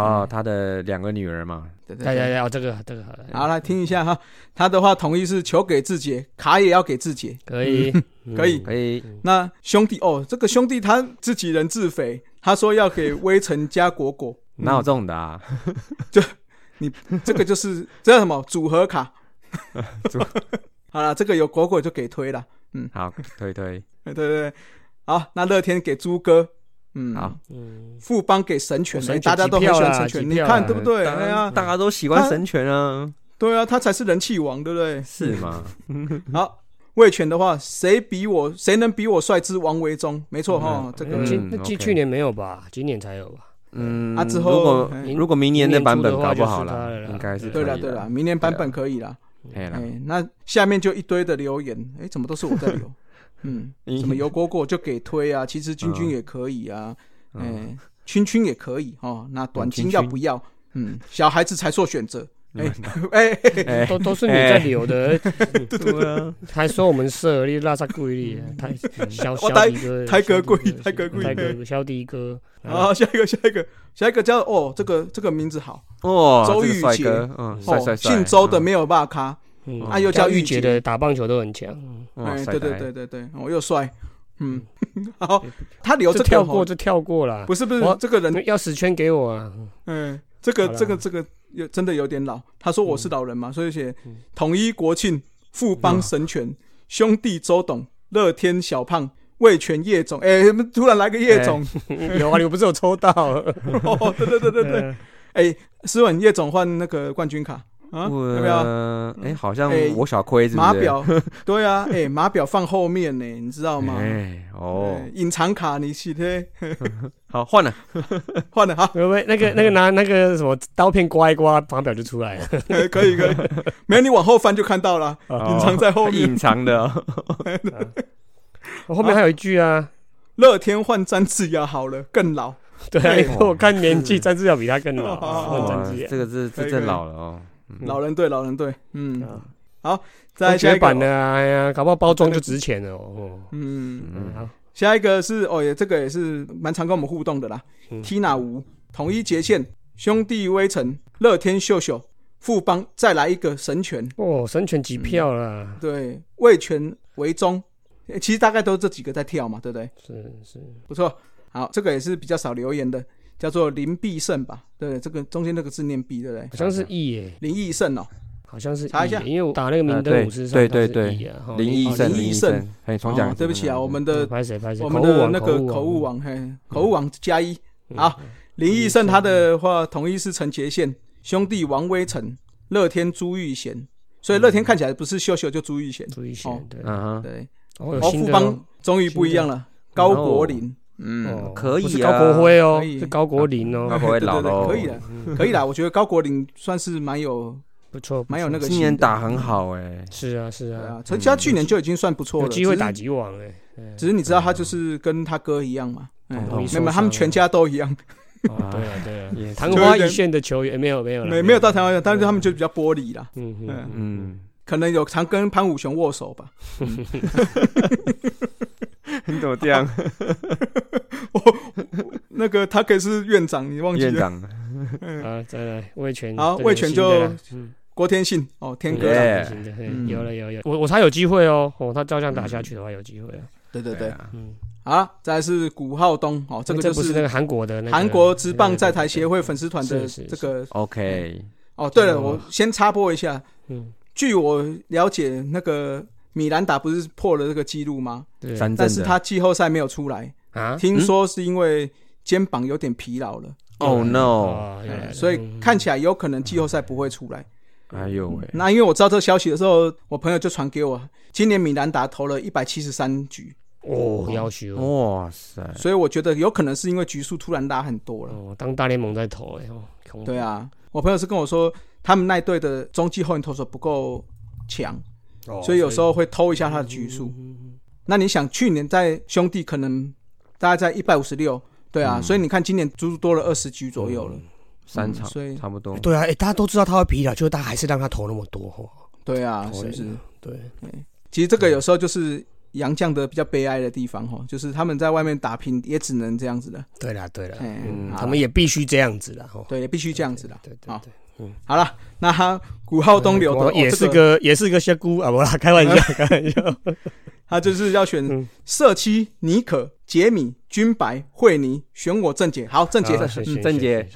C: 哦，他的两个女儿嘛，
A: 对对
D: 对对
A: 对。
D: 对，哦这个这个好了，
A: 好，来听一下哈，他的话同意是球给志杰，卡也要给志杰。
D: 可以
A: 可
D: 嗯
A: 以
C: 可以，
A: 那兄弟哦，这个兄弟他自己人自肥，他说要给微臣加果果，
C: 哪有这种的啊？
A: 这个就是这叫什么组合 卡？ 好了，这个有果果就给推了。
C: 好，推推，
A: 对对对，好，那乐天给猪哥，嗯，
C: 好，
D: 嗯，
A: 富邦给神犬，
D: 神
A: 哎
D: 犬
A: 大家都
D: 几
A: 很
D: 票
A: 喜欢
D: 啦
A: 神
D: 几
A: 犬，你
D: 票
A: 看
D: 啦
A: 对不对？
C: 当
A: 哎
C: 然
A: 呀，
C: 大家都喜欢神犬
D: 嗯
C: 啊，
A: 对啊，他才是人气王，对不对？
C: 是吗？
A: 好，魏权的话，谁比我谁能比我帅之王维忠？没错哈，这
D: 哎
A: 个
D: 今那
C: 嗯
D: 今
C: OK
D: 去年没有吧，今年才有吧，
C: 嗯，
A: 啊之
C: 如
A: 后
C: 果
A: 哎
D: 明
C: 如果明年的版本搞不好
D: 明年出的话就是他了啦
C: 应该是
A: 啊对
C: 了
A: 了对了，，明年版本可以啦。
C: 哎啦，
A: 哎，那下面就一堆的留言，哎，怎么都是我在留？嗯，
C: 你
A: 什么油果果就给推啊，其实君君也可以啊，
C: 嗯
A: 哎，君君也可以哦。那短
C: 君
A: 金要
C: 君
A: 不要？嗯，小孩子才做选择。哎哎， 嘿嘿
C: 哎
D: 都都是你在留的，
C: 对啊，
D: 还说我们色你拉萨贵利，台小
A: 我
D: 小
A: 台
D: 迪哥，
A: 台哥贵
D: 小迪哥
A: 台哥贵
D: 台哥小迪哥，啊，
A: 好，下一个下一个下一个叫哦，这个这个名字好。
C: 哦，
A: 周
C: 这个
A: 玉
C: 帅
A: 洁
C: 哥，嗯，帅帅帅，
A: 姓周的
C: 嗯
A: 没有办法卡，
D: 嗯，
A: 啊又叫
D: 玉
A: 玉洁
D: 的打棒球都很强，
C: 哇
A: 哎，
C: 塞，
A: 对对
C: 来
A: 对，对对，我、又帅，嗯， 好，他留
D: 这
A: 这
D: 跳
A: 条
D: 过
A: 吼，
D: 这跳过了，
A: 不是不是
D: 我
A: 这个人，
D: 钥匙圈给我 啊，
A: 嗯，这个
D: 好啦
A: 这个这个有真的有点老。他说我是老人
C: 嗯
A: 嘛，所以写统一国庆、富邦神
C: 嗯
A: 拳、兄弟周董、乐天小胖、魏全叶总，哎，怎么突然来个叶总，
D: 有啊，你不是有抽到？
C: 哎
A: 哦，对对 对对
C: 嗯
A: 对，哎，思文叶总换那个冠军卡啊，
C: 我
A: 有没有？
C: 哎，好像
A: 哎
C: 我小亏是不
A: 码
C: 是？
A: 表，对啊，哎，码表放后面呢，你知道吗？
C: 哎，哦
A: 哎，隐藏卡你写的
C: 好换了，
A: 换了哈。
D: 会不会那个那个拿那个什么刀片刮一刮，绑表就 出来了？
A: 哎可以可 以，没有你往后翻就看到了， 隐藏在后
C: 哦
A: 面。
C: 隐藏的哦，
D: 我啊后面还有一句啊，
A: 乐天换詹志雅好了，更老。
D: 对啊，
A: 对
D: 因为我看 年纪，詹志尧比他更 老，啊
A: 哦
D: 换
C: 哇
D: 詹志尧
C: 这个是这
A: 可以
C: 这
A: 可以
C: 老了哦，嗯
A: 老人队，老人队，嗯，
D: 啊
A: 再下
D: 绝
A: 一个哦
D: 版的，哎呀，搞不好包装就值钱了哦。
A: 嗯，
D: 嗯，
C: 嗯
D: 好，
A: 下一个是哦，也这个也是蛮常跟我们互动的啦。
D: 嗯
A: Tina 吴、统一杰线、兄弟微尘、乐天秀秀、富邦再来一个神拳，
D: 哦，神犬几票啦？
A: 对，魏权为中，诶其实大概都这几个在跳嘛，对不对？
D: 是是，
A: 不错，好，这个也是比较少留言的，叫做林必胜吧，对不对？这个中间那个字念必，对不对？
D: 好像是 E 耶，
A: 林毅胜哦，
D: 好像是 E 耶
A: 查一下
D: 因为我打那个明
C: 啊
D: 灯
C: 对
D: 武士
C: 对对对
D: E 啊
C: 林医
A: 哦
C: 生，
A: 林
C: 林
A: 医
C: 医
A: 生
C: 生，哎，重讲一
A: 哦
C: 次，
A: 对不起啊，我们的
D: 拍谁拍谁，
A: 我们
D: 嗯口误啊
A: 的
D: 王
A: 那个口误，啊网，嘿，口误网加一。
D: 嗯
A: 好，林义胜他的话，统一是陈杰宪，兄弟王威成，乐天朱玉贤，所以乐天看起来不是秀秀就朱玉贤。
D: 注意些
A: 哦，
D: 对，
C: 嗯哼，
A: 对，
D: 哦，有
A: 哦，
D: 新
A: 富
D: 的
A: 邦终于不一样了，高国林，嗯，
D: 哦，
C: 可以啊
D: 不是高国辉哦
A: 可以，嗯
D: 是高国林
C: 那
D: 哦，
C: 我
A: 对
C: 会
A: 对
C: 老
A: 对
C: 了哦，
A: 可以的，可以啦，我觉得高国林算是蛮有
D: 不错，不
A: 蛮有
D: 错
A: 那个
C: 今
A: 心
C: 年
A: 的
C: 打很好哎，
D: 是啊是
A: 对
D: 啊，
A: 啊，陈其他去年就已经算不错
D: 嗯有
A: 了，
D: 机会
A: 只是
D: 打击王哎，对
A: 只是你知道他就是跟他哥一样嘛，嗯
C: 同意
A: 没有，他们全家都一样，
D: 哦对啊 对啊，
C: 也是
D: 昙花一现的球员没有没有啦
A: 没没有到台湾，但是他们就比较玻璃啦，
D: 嗯嗯
A: 嗯
D: 嗯，
C: 嗯，
A: 可能有常跟潘武雄握手吧。
C: 你怎么这样？
A: 那个他可以是院长，你忘记
C: 院
A: 了？
C: 长，
D: 啊，再来魏权，
A: 嗯好
D: 这个
A: 魏权
D: 新的啦嗯
A: 郭天信哦，天哥啦，
D: 对
C: Yeah
D: 新的嘿
A: 嗯
D: 有了有有，我我猜有机会哦，哦，他照这样打下去的话有机会啊，
A: 对对对。
C: 啊，
D: 嗯，
A: 好了，再来是古浩东哦，这个就
D: 哎不是那个韩国的那个
A: 韩国职棒在台协
D: 会，
A: 会粉丝团的
D: 是是
A: 这个
C: OK，
A: 哦。对了，
D: 哦
A: 我先插播一下，
D: 嗯，
A: 据我了解，那个米兰达不是破了这个记录吗？
D: 对
C: 三
A: 但
C: 振
A: 是
C: 的。
A: 他季后赛没有出来，
D: 啊
A: 听说是因为肩膀有点疲劳了，哎
C: Oh
A: 啊
C: no！
D: 哦原来
A: 所以看起来有可能季后赛不会出来。
C: 哎呦喂，
A: 那因为我知道这个消息的时候，我朋友就传给我，今年米兰达投了一百七十三局，
D: 哦要求哦
C: 哇塞，
A: 所以我觉得有可能是因为局数突然拉很多了。
D: 哦，当大联盟在投哎，哦恐怖
A: 对啊，我朋友是跟我说，他们那一队的中继后援投手不够强，
D: 哦
A: 所以有时候会偷一下他的局
D: 嗯
A: 数。那你想，去年在兄弟可能大概在一百五十六，对啊，所以你看今年足足多了二十局左右了。嗯
C: 三场
A: 所以
C: 差不多。
F: 对啊，哎、大家都知道他会疲劳，就大家还是让他投那么多哦。
A: 对啊，
F: 投
A: 是不
F: 了
A: 是？
F: 对，
A: 其实这个有时候就是洋将的比较悲哀的地方哦，就是他们在外面打拼也只能这样子的。
F: 对啦，对啦，
A: 嗯，好啦
F: 他们也必须这样子啦。哦，
A: 对，也必须这样子的。
F: 对对
A: 好
F: 对，
A: 好了，那他古浩东流的、
F: 我
A: 哦、
F: 也
A: 这
F: 是个也是个仙姑啊，不啦，开玩笑，开玩笑。
A: 他就是要
D: 嗯
A: 选社七、尼可、杰米、君白、惠妮，选我郑杰。好，郑杰。
D: 啊
C: 嗯郑杰，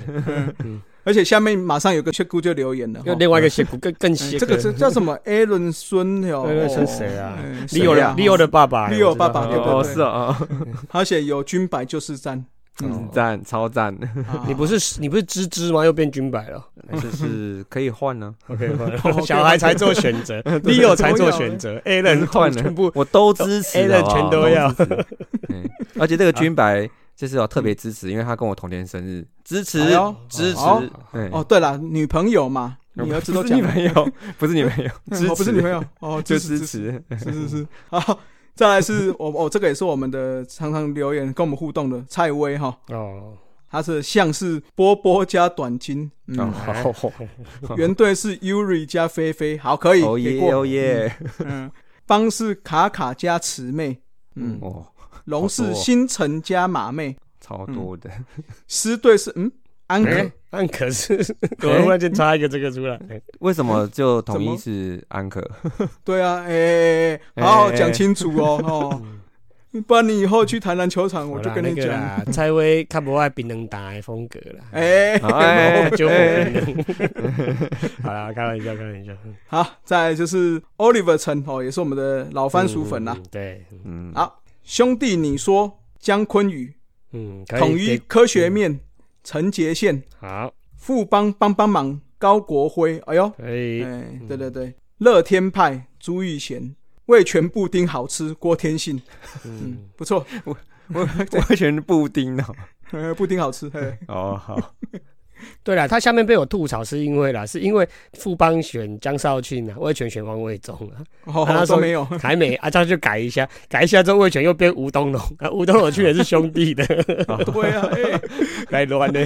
A: 而且下面马上有个谢姑就留言了。
D: 又
A: 哦
D: 另外一个邪骨更更邪
A: 这个是叫什么哦？Aaron 孙哟。
D: Aaron 孙谁啊
A: 李
D: 利友
A: 友
D: 的利友的爸爸，
A: 利友
D: 我知
A: 爸
D: 道
A: 爸
D: 哦
A: 对对
C: 哦，是哦，
A: 他写有君白就是赞。嗯
C: 哦，赞，超赞，
A: 啊
D: 你不是你不是芝芝吗？又变军白了。
C: 这是可以换
A: 啊
C: 呢，
D: OK，小 孩才做选 择，Leo 才做选择，A 人
C: 换
D: 全
C: 呢
D: 部，
C: 我都支持
D: A 人
C: 好不好
D: 全都要
C: 支持嗯，而且这个军白就是要特别支持，因为他跟我同天生日，支持
A: 啊哎呦
C: 支持
A: 哦。
C: 嗯
A: 哦，，对了，女朋友嘛，你儿子都
C: 不是
A: 讲
C: 女
A: 了，
C: 朋友，不是女 朋友，支
A: 我不是
C: 持
A: 女朋友哦，
C: 就
A: 支持
C: 支
A: 支持。
C: 持，
A: 是是是，好，再来是我哦，这个也是我们的常常留言跟我们互动的蔡威哈，
D: 哦，
A: 他是像是波波加短金，
C: 哦
A: 嗯，
D: 哎
C: 好，
A: 原队是 Yuri 加菲菲，好，可以
C: 哦
A: 哎给
C: 耶
A: 过，
C: 哦耶，
A: 嗯，帮是卡卡加慈妹，嗯，
C: 哦，
A: 龙
C: 好
A: 是
C: 多哦
A: 星辰加马妹，
C: 超多的，
A: 狮队是嗯，安可、
C: 哎
D: 安啊可是，我忽然间插一个这个出来，哎
C: 为什么就统
A: 怎嗯
C: 一
A: 么
C: 是安可？
A: 对啊，哎、哎哎好好讲清楚哦，哦，不然你以后去台南球场，我就跟你
D: 好
A: 讲，
D: 啦那个啦蔡薇看不爱槟榔打的风格啦，哦
A: 哎、
C: 好哎
D: 就
C: 哎
D: 好啦，开玩笑，开玩笑，
A: 好，再来就是 Oliver 陈哦，也是我们的老番薯粉啦、啊
D: 嗯，嗯对，
C: 嗯
A: 好兄弟，你说江坤宇
D: 嗯，可以
A: 统一
D: 给
A: 科学面，陈杰宪，
D: 好，
A: 富邦帮帮忙，高国辉，哎呦，
D: 可
A: 哎、
D: 以，
A: 对对对，乐天派朱玉贤，味全布丁好吃，郭天信，
D: 嗯，
A: 不错，
C: 完全布丁哦。
A: 呃布丁好吃，
D: 嗯
A: 嘿
C: 哦，好，
D: 对啦，他下面被我吐槽是因为啦，是因为富邦选江少庆啊，魏全选王卫忠啊，
A: 哦，
D: 那时
A: 都
D: 候
A: 没 有，
D: 台美啊，他就改一下，改一下之后魏全又变吴东龙啊，吴东龙去也是兄弟的，
A: 对 啊，哎、
D: 来 乱的。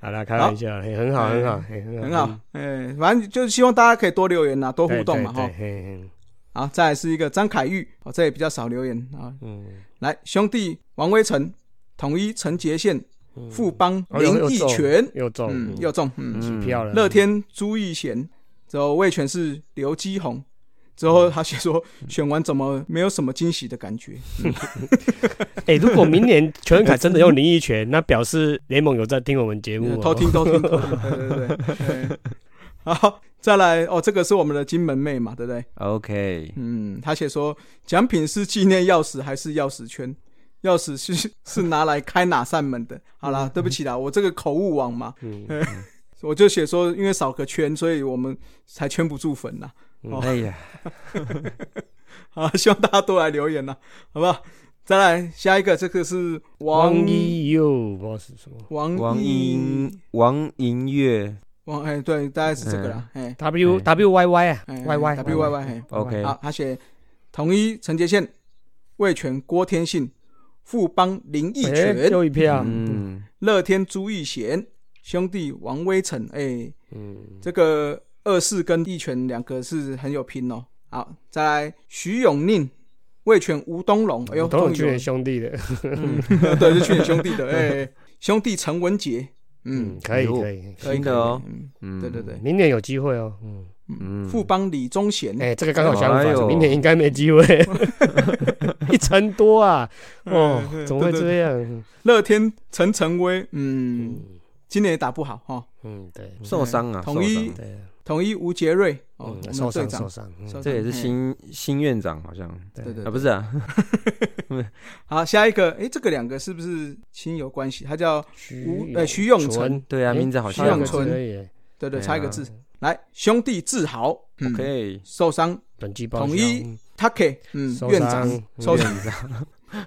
D: 好啦，开玩笑，嘿很好，很好，嗯嘿很
A: 嗯很好，哎、反正就是希望大家可以多留言啦，多互动嘛，哈
D: 对。对对嘿嘿
A: 好，再来是一个张凯玉，哦，这也比较少留言啊。
D: 嗯，
A: 来，兄弟王威成、统一陈杰宪、
D: 嗯
A: 富邦
D: 哦又
A: 林
D: 又
A: 义
D: 中
A: 全，
D: 又中，
A: 嗯，
D: 嗯
A: 又中，嗯，
D: 起票了，
A: 乐天朱义贤，之后魏全是刘基宏。之后他写说，选完怎么没有什么惊喜的感觉？
D: 哎、如果 明年球员卡真的用林奕泉，那表示联盟有在听我们节目、
A: 嗯
D: 哦。
A: 偷听偷听偷听，对对对对。好，再来哦，这个是我们的金门妹嘛，对不对？
C: OK，
A: 嗯，他写说奖品是纪念钥匙还是钥匙圈？钥匙是 是拿来开哪扇门的？好啦，对不起啦，我这个口误网嘛，
D: 嗯，
A: 我就写说因为少个圈，所以我们才圈不住粉啦。哦
C: 哎呀，
A: 啊， 希望大家都来留言啦，好不好？再来下一个，这个是
D: 汪
A: 王
D: 一佑，不知道是什么
A: 王
C: 王
A: 一
C: 银王银月
A: 王哎，对，大概是这个啦，哎
D: W W Y Y 啊
A: 哎
D: ，Y Y
A: W Y Y 嘿，
C: ，OK，
A: 好，他写统一陈杰宪、魏全、郭天信、富邦林义
D: 哎
A: 全。
D: 又一票，
C: 嗯，
A: 乐天朱义贤兄弟王威成，哎、
D: 嗯，
A: 这个二四跟义全两个是很有拼哦。好，再来徐永宁、魏全、吴东龙，哎呦，
D: 都有
A: 终
D: 巨人
A: 于
D: 兄弟的，
A: 有 对，是去年兄弟的，哎、兄弟陈文杰，嗯
D: 嗯，，可以
C: 哎呦
D: 可以，
A: 可以
C: 新的哦，
A: 可以嗯
C: 嗯，
A: 对对对，
D: 明年有机会哦，嗯，
C: 嗯
A: 富邦李宗贤，
D: 哎，这个刚好相
C: 哎呦
D: 反，明年应该没 机会，一成多啊，哦
A: 嗯，
D: 怎么会
A: 对对
D: 这样？
A: 乐天陈晨威，嗯，
D: 嗯
A: 今年也打不好哈、哦。
D: 嗯，对
C: 受伤啊，
A: 统一
C: 受伤
D: 对，
A: 统一吴杰瑞，嗯哦，我
D: 嗯
A: 们，
D: 受
A: 队
D: 伤受
A: 长，
D: 伤，
A: 受
D: 嗯
C: 这也是
A: 嘿
C: 新新院长好像
D: 对
A: 对对
C: 啊，不是啊，
A: 好，下一个，哎、这个两个是不是亲友关系？他叫吴
D: 徐
A: 呃徐永成，
C: 对啊，
D: 哎
C: 名字好
D: 徐
C: 像
D: 永
A: 永
C: 啊
A: 存
D: 存而已，
A: 对对，
C: 对
A: 差一个
C: 啊
A: 字。来，兄弟志豪，嗯
C: ，OK，
A: 受伤
D: 本季报
A: 统
D: 销
A: 一
D: 嗯
A: Take，嗯，
D: 受
A: 院长
D: 伤嗯
A: 受伤，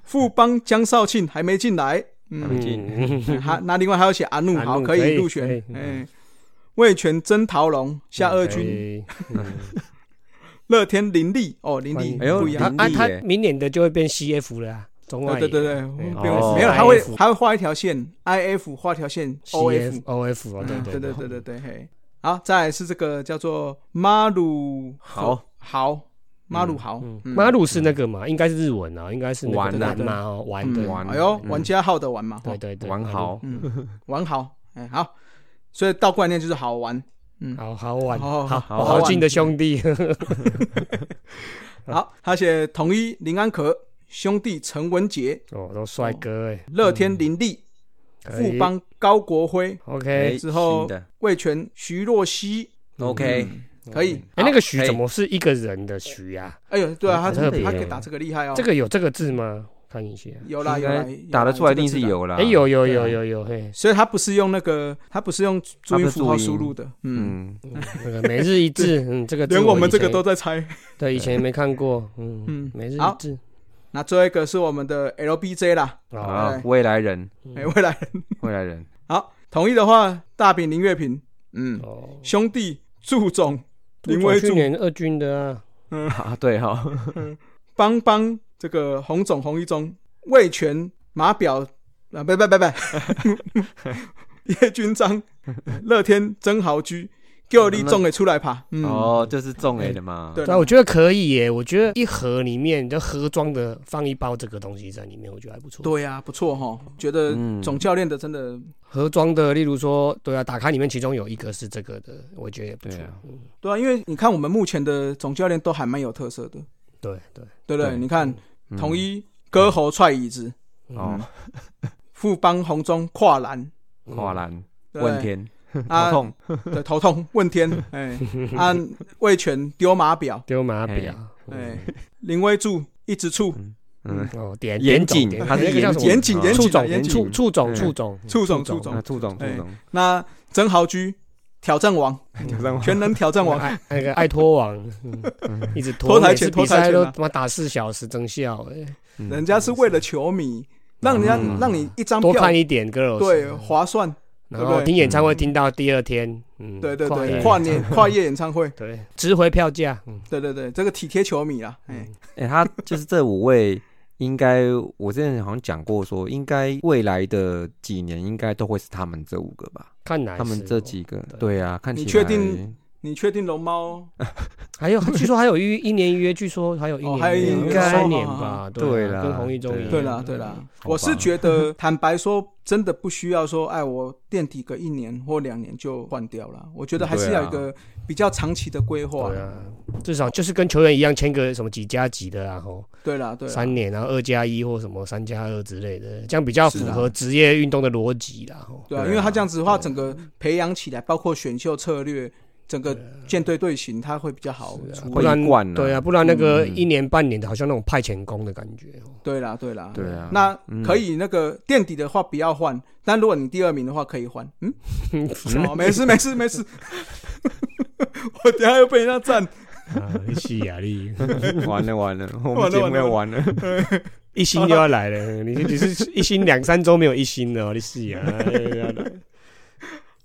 A: 富邦江少庆还没进来，
C: 还没
A: 嗯，
C: 进
D: 嗯
A: 还那另外还要写阿怒，
D: 阿
A: 好，
D: 怒
A: 可
D: 可
A: 以
D: 以
A: 入
D: 可
A: 选
D: 以，嗯
A: 哎，魏全真桃龙下
D: 哎
A: 二军，
D: 军，
A: 乐天林立，哦，林立
D: 欢迎
C: 哎呦
A: 不一样，
D: 他啊
C: 林立
D: 他
C: 耶
D: 明年的就会变 CF 了啊，中外
A: 对
D: 野
A: 对对对，
D: 哎
A: 不用
C: 哦
A: 没有，他会
D: IF
A: 他会画一条线，I F 画条线，O F，
D: CF OF 哦，
A: 嗯
D: 对
A: 对对
D: 对
A: 对对对，嘿，好，再来是这个叫做马鲁
C: 好
A: 豪，马鲁豪，
D: 嗯，
A: 嗯
D: 马鲁是那个嘛，应该是日文啊，应该是那个
C: 玩啊
D: 玩嘛哦，玩
A: 嗯
D: 的
C: 玩
A: 哎呦，
C: 嗯
A: 玩家号的玩嘛，
D: 对对对，
C: 王豪，
A: 嗯，玩好，哎、好，所以倒过来念就是好玩。嗯，
D: 好好玩，
A: 好好
D: 好
C: 好
D: 好近的兄弟，
A: 好，他写统一林安可兄弟陈文杰、
D: 哦，都帅哥哎，
A: 乐天林立、
C: 嗯
D: 可以
A: 富邦高国辉、
C: 哎
D: OK，
A: 之后
C: 新的
A: 魏全徐若曦，
C: OK，
A: 可以。
D: 哎，那个徐
C: 可以
D: 怎么是一个人的徐啊？
A: 哎呦，对啊，他
D: 好
A: 这
D: 特别
A: 他
D: 哦
A: 可以打这个厉害哦，
D: 这个有这个字吗？看一下，
A: 有啦
C: 应
A: 有
C: 该
A: 啦，
C: 打得出来一定
A: 是
C: 是。有啦，
D: 哎，有有
A: 对啊
D: 有有有嘿，
A: 所以他不是用那个，他不是用注音符号
C: 他不是注
A: 输
C: 音
A: 入的，嗯，
C: 嗯，
D: 那个每日一字，嗯，这个字
A: 连我们
D: 以
A: 这个
D: 前
A: 都在猜。
D: 对以前也没看过，嗯
A: 嗯
D: 嗯，每日
A: 好
D: 一字。
A: 那最后一个是我们的 LBJ 啦，
D: 哦，
C: 啊，未来 人，
A: 哎，未来
C: 未来人，
A: 好，同意的话，大饼林月平，嗯，
D: 哦，
A: 兄弟祝总林
D: 我
A: 威
D: 去
A: 祝
D: 年二军的啊，
C: 啊，对哈，
A: 帮帮这个洪总洪一中魏全马表啊， 不不不不，叶军章乐天曾豪居叫你中的出来爬。嗯，
C: 哦，就是中 A 的嘛。
A: 对
D: 对啊，我觉得可以耶。我觉得一盒里面，就盒装的放一包这个东西在里面，我觉得还不错。
A: 对呀、不错哈，觉得
C: 嗯
A: 总教练的真的
D: 盒装的，例如说，对啊，打开里面其中有一个是这个的，我觉得也不错
C: 对啊。
D: 嗯
A: 对啊，因为你看我们目前的总教练都还蛮有特色的，
D: 对对，
A: 对不对？
C: 对
A: 你看
C: 嗯
A: 统一割喉踹椅子，
C: 哦，
A: 富邦红中跨栏，
D: 嗯
C: 跨栏
A: 对不对
C: 问天头
A: 啊，
C: 痛，
A: 对头痛问天，哎，按魏权丢码表，
D: 丢马表，
A: 哎，林威柱一直处
C: 嗯，
D: 哦，点
C: 严谨
D: 点总
C: 他是
D: 点那个叫什么
A: 严谨
C: 哦
A: 严谨
D: 处
A: 啊
D: 总
A: 严谨
D: 处处总
C: 嗯
D: 处总
A: 处总处总
C: 啊，兔总兔
A: 哎
C: 总，哎
A: 那曾豪居挑战王，
C: 挑战王
A: 全能挑战王，
D: 爱那个爱拖网， 嗯一直
A: 拖
D: 拖，
A: 台
D: 每
A: 拳
D: 次比
A: 拖台
D: 赛
A: 拳啊
D: 都他妈打四小时，真笑哎。
C: 嗯
A: 人家是为了球迷，让人家
C: 嗯
A: 让你一张
D: 多
A: 票
D: 看一点歌老
A: 对
D: 师，
A: 划算，
D: 然
A: 对不
D: 后
A: 对
D: 听演唱会听到第二天，嗯，
A: 对对对，
D: 夜
A: 跨年跨夜演唱会，
D: 对，值回票价，嗯，
A: 对对对，这个体贴球迷啦，哎，
C: 哎、他就是这五位，应该我之前好像讲过说，应该未来的几年应该都会是他们这五个吧，
D: 看来
C: 他们
D: 是
C: 这
D: 哦
C: 几个，
D: 对
C: 对啊，看起
A: 你
C: 来
A: 确定你确定龙猫
D: 还有，据说还有预一年约，据说还有一
A: 哦
D: 年约，
A: 还有一
C: 年约
D: 应该三年
A: 哦好
D: 吧？
C: 对
D: 啦，
C: 啦
D: 跟红一中一样。
A: 对啦，对啦，
C: 嗯好吧
A: 我是觉得， 坦白说，真的不需要说，哎，我垫底个一年或两年就换掉了。我觉得还是要有一个比较长期的规划
D: 对。啊，至少就是跟球员一样签个什么几加几的啊，吼，
A: 对啦，对啦，
D: 三年然后二加一或什么三加二之类的，这样比较
C: 是
D: 符
C: 啊
D: 合职业运动的逻辑啦，吼。
A: 对啊，
C: 对啊
A: 因为他这样子的话，整个培养起来，包括选秀策略，整个舰队队形，他会比较好
D: 是啊
A: 处
D: 不
A: 理。
D: 然
C: 会一贯啊
D: 对啊，不然那个
C: 嗯
D: 一年半年的，好像那种派遣工的感觉。吼
A: 对啦，对啦，
C: 对啊，
A: 那
C: 嗯
A: 可以那个垫底的话不要换，但如果你第二名的话可以换。嗯，哦，没事没事没事， 我等一下又被人家赞。
D: 啊，是啊，你
C: 完了完了，我
A: 完了
C: 们节目
A: 完了
C: 要完 了，
D: 一星就要来了，你你是一星两三周没有一星了哦，你是啊，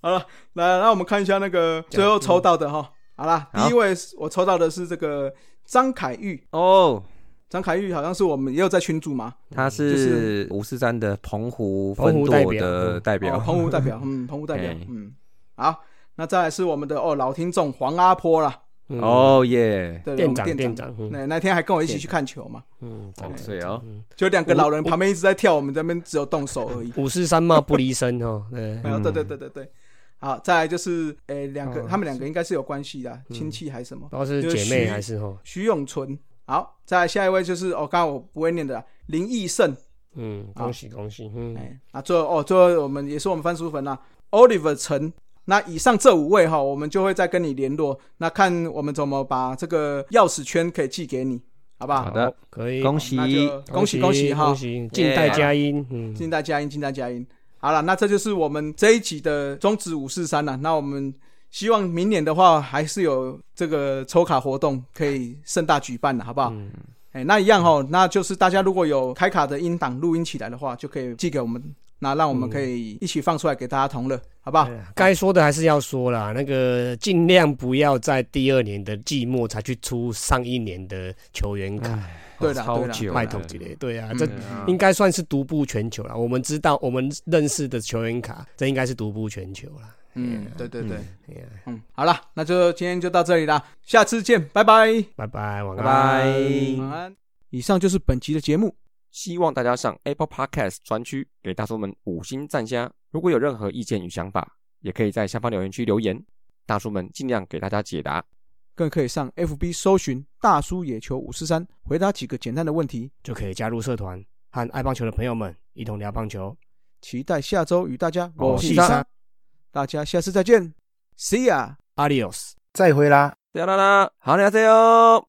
A: 好了，来，那我们看一下那个最后抽到的哈。好啦，
C: 好
A: 第一位是我抽到的是这个张凯玉，
C: 哦。
A: 张凯玉好像是我们也有在群组嘛，
C: 他
A: 就是
C: 是五四三的澎湖
D: 澎
C: 分
D: 湖代
C: 舵
D: 表
C: 的
D: 嗯
C: 代表
A: 哦，，澎湖代 表，嗯，澎湖代表
C: 哎，
A: 嗯，好，那再来是我们的哦老听众黄阿坡啦，
D: 嗯，
C: 哦耶，
A: 对，
D: 店
A: 我们
D: 长
A: 店
D: 店，长，嗯
A: 那那天还跟我一起去看球嘛，
D: 嗯，
C: 哦
D: 对
C: 对哦，
A: 就两个老人旁边一直在跳，我们这边只有动手而已，
D: 五四三帽不离 身哦，对，
A: 然后对对对对对，好，再来就是诶两个，
D: 哦
A: 他们两个应该是有关系的，啊亲戚还是什么
D: 不知，道是姐妹还是哦，
A: 徐永存，好，再来下一位就是哦，刚刚我不会念的啦林义胜。
D: 嗯，恭喜恭喜，嗯，
A: 哎，啊，最后哦，最后我们也是我们番薯粉啦，Oliver 陈。那以上这五位哈，我们就会再跟你联络，那看我们怎么把这个钥匙圈可以寄给你，好不好？
C: 好的，
D: 可以，
C: 恭喜
A: 嗯那就恭喜恭喜哎哈
D: 恭，喜，近代佳音，嗯，
A: 金代佳音，金代佳音。好了，那这就是我们这一集的中指五四三了。那我们希望明年的话，还是有这个抽卡活动可以盛大举办了，好不好？
D: 嗯
A: 哎、那一样哦，那就是大家如果有开卡的音档录音起来的话，就可以寄给我们，那让我们可以一起放出来给大家同乐，好不好？
D: 对啊该说的还是要说啦，那个尽量不要在第二年的季末才去出上一年的球员卡，
A: 嗯对的，
C: 超
A: 对的
C: 久
A: 对
D: 拜
A: 的
D: 托
C: 了
D: 之类，对啊，
A: 嗯
D: 这
C: 对啊
D: 应该算是独步全球了。我们知道，我们认识的球员卡，这应该是独步全球了。
A: 嗯，对对对，
D: 哎呀
A: 嗯，好了，那就今天就到这里啦，下次见，拜拜，
D: 拜拜，晚安。
C: 拜拜。
A: 晚安。以上就是本集的节目，
G: 希望大家上 Apple Podcast 专区给大叔们五星赞加。如果有任何意见与想法，也可以在下方留言区留言，大叔们尽量给大家解答。
A: 更可以上 FB 搜寻“大叔野球五四三”，回答几个简单的问题。
D: 就可以加入社团，和爱棒球的朋友们一同聊棒球。
A: 期待下周与大家
C: 我是
A: 三，大家下次再见，See ya。
D: Adios。
F: 再会啦。
G: 啦啦啦，好，你好，加油！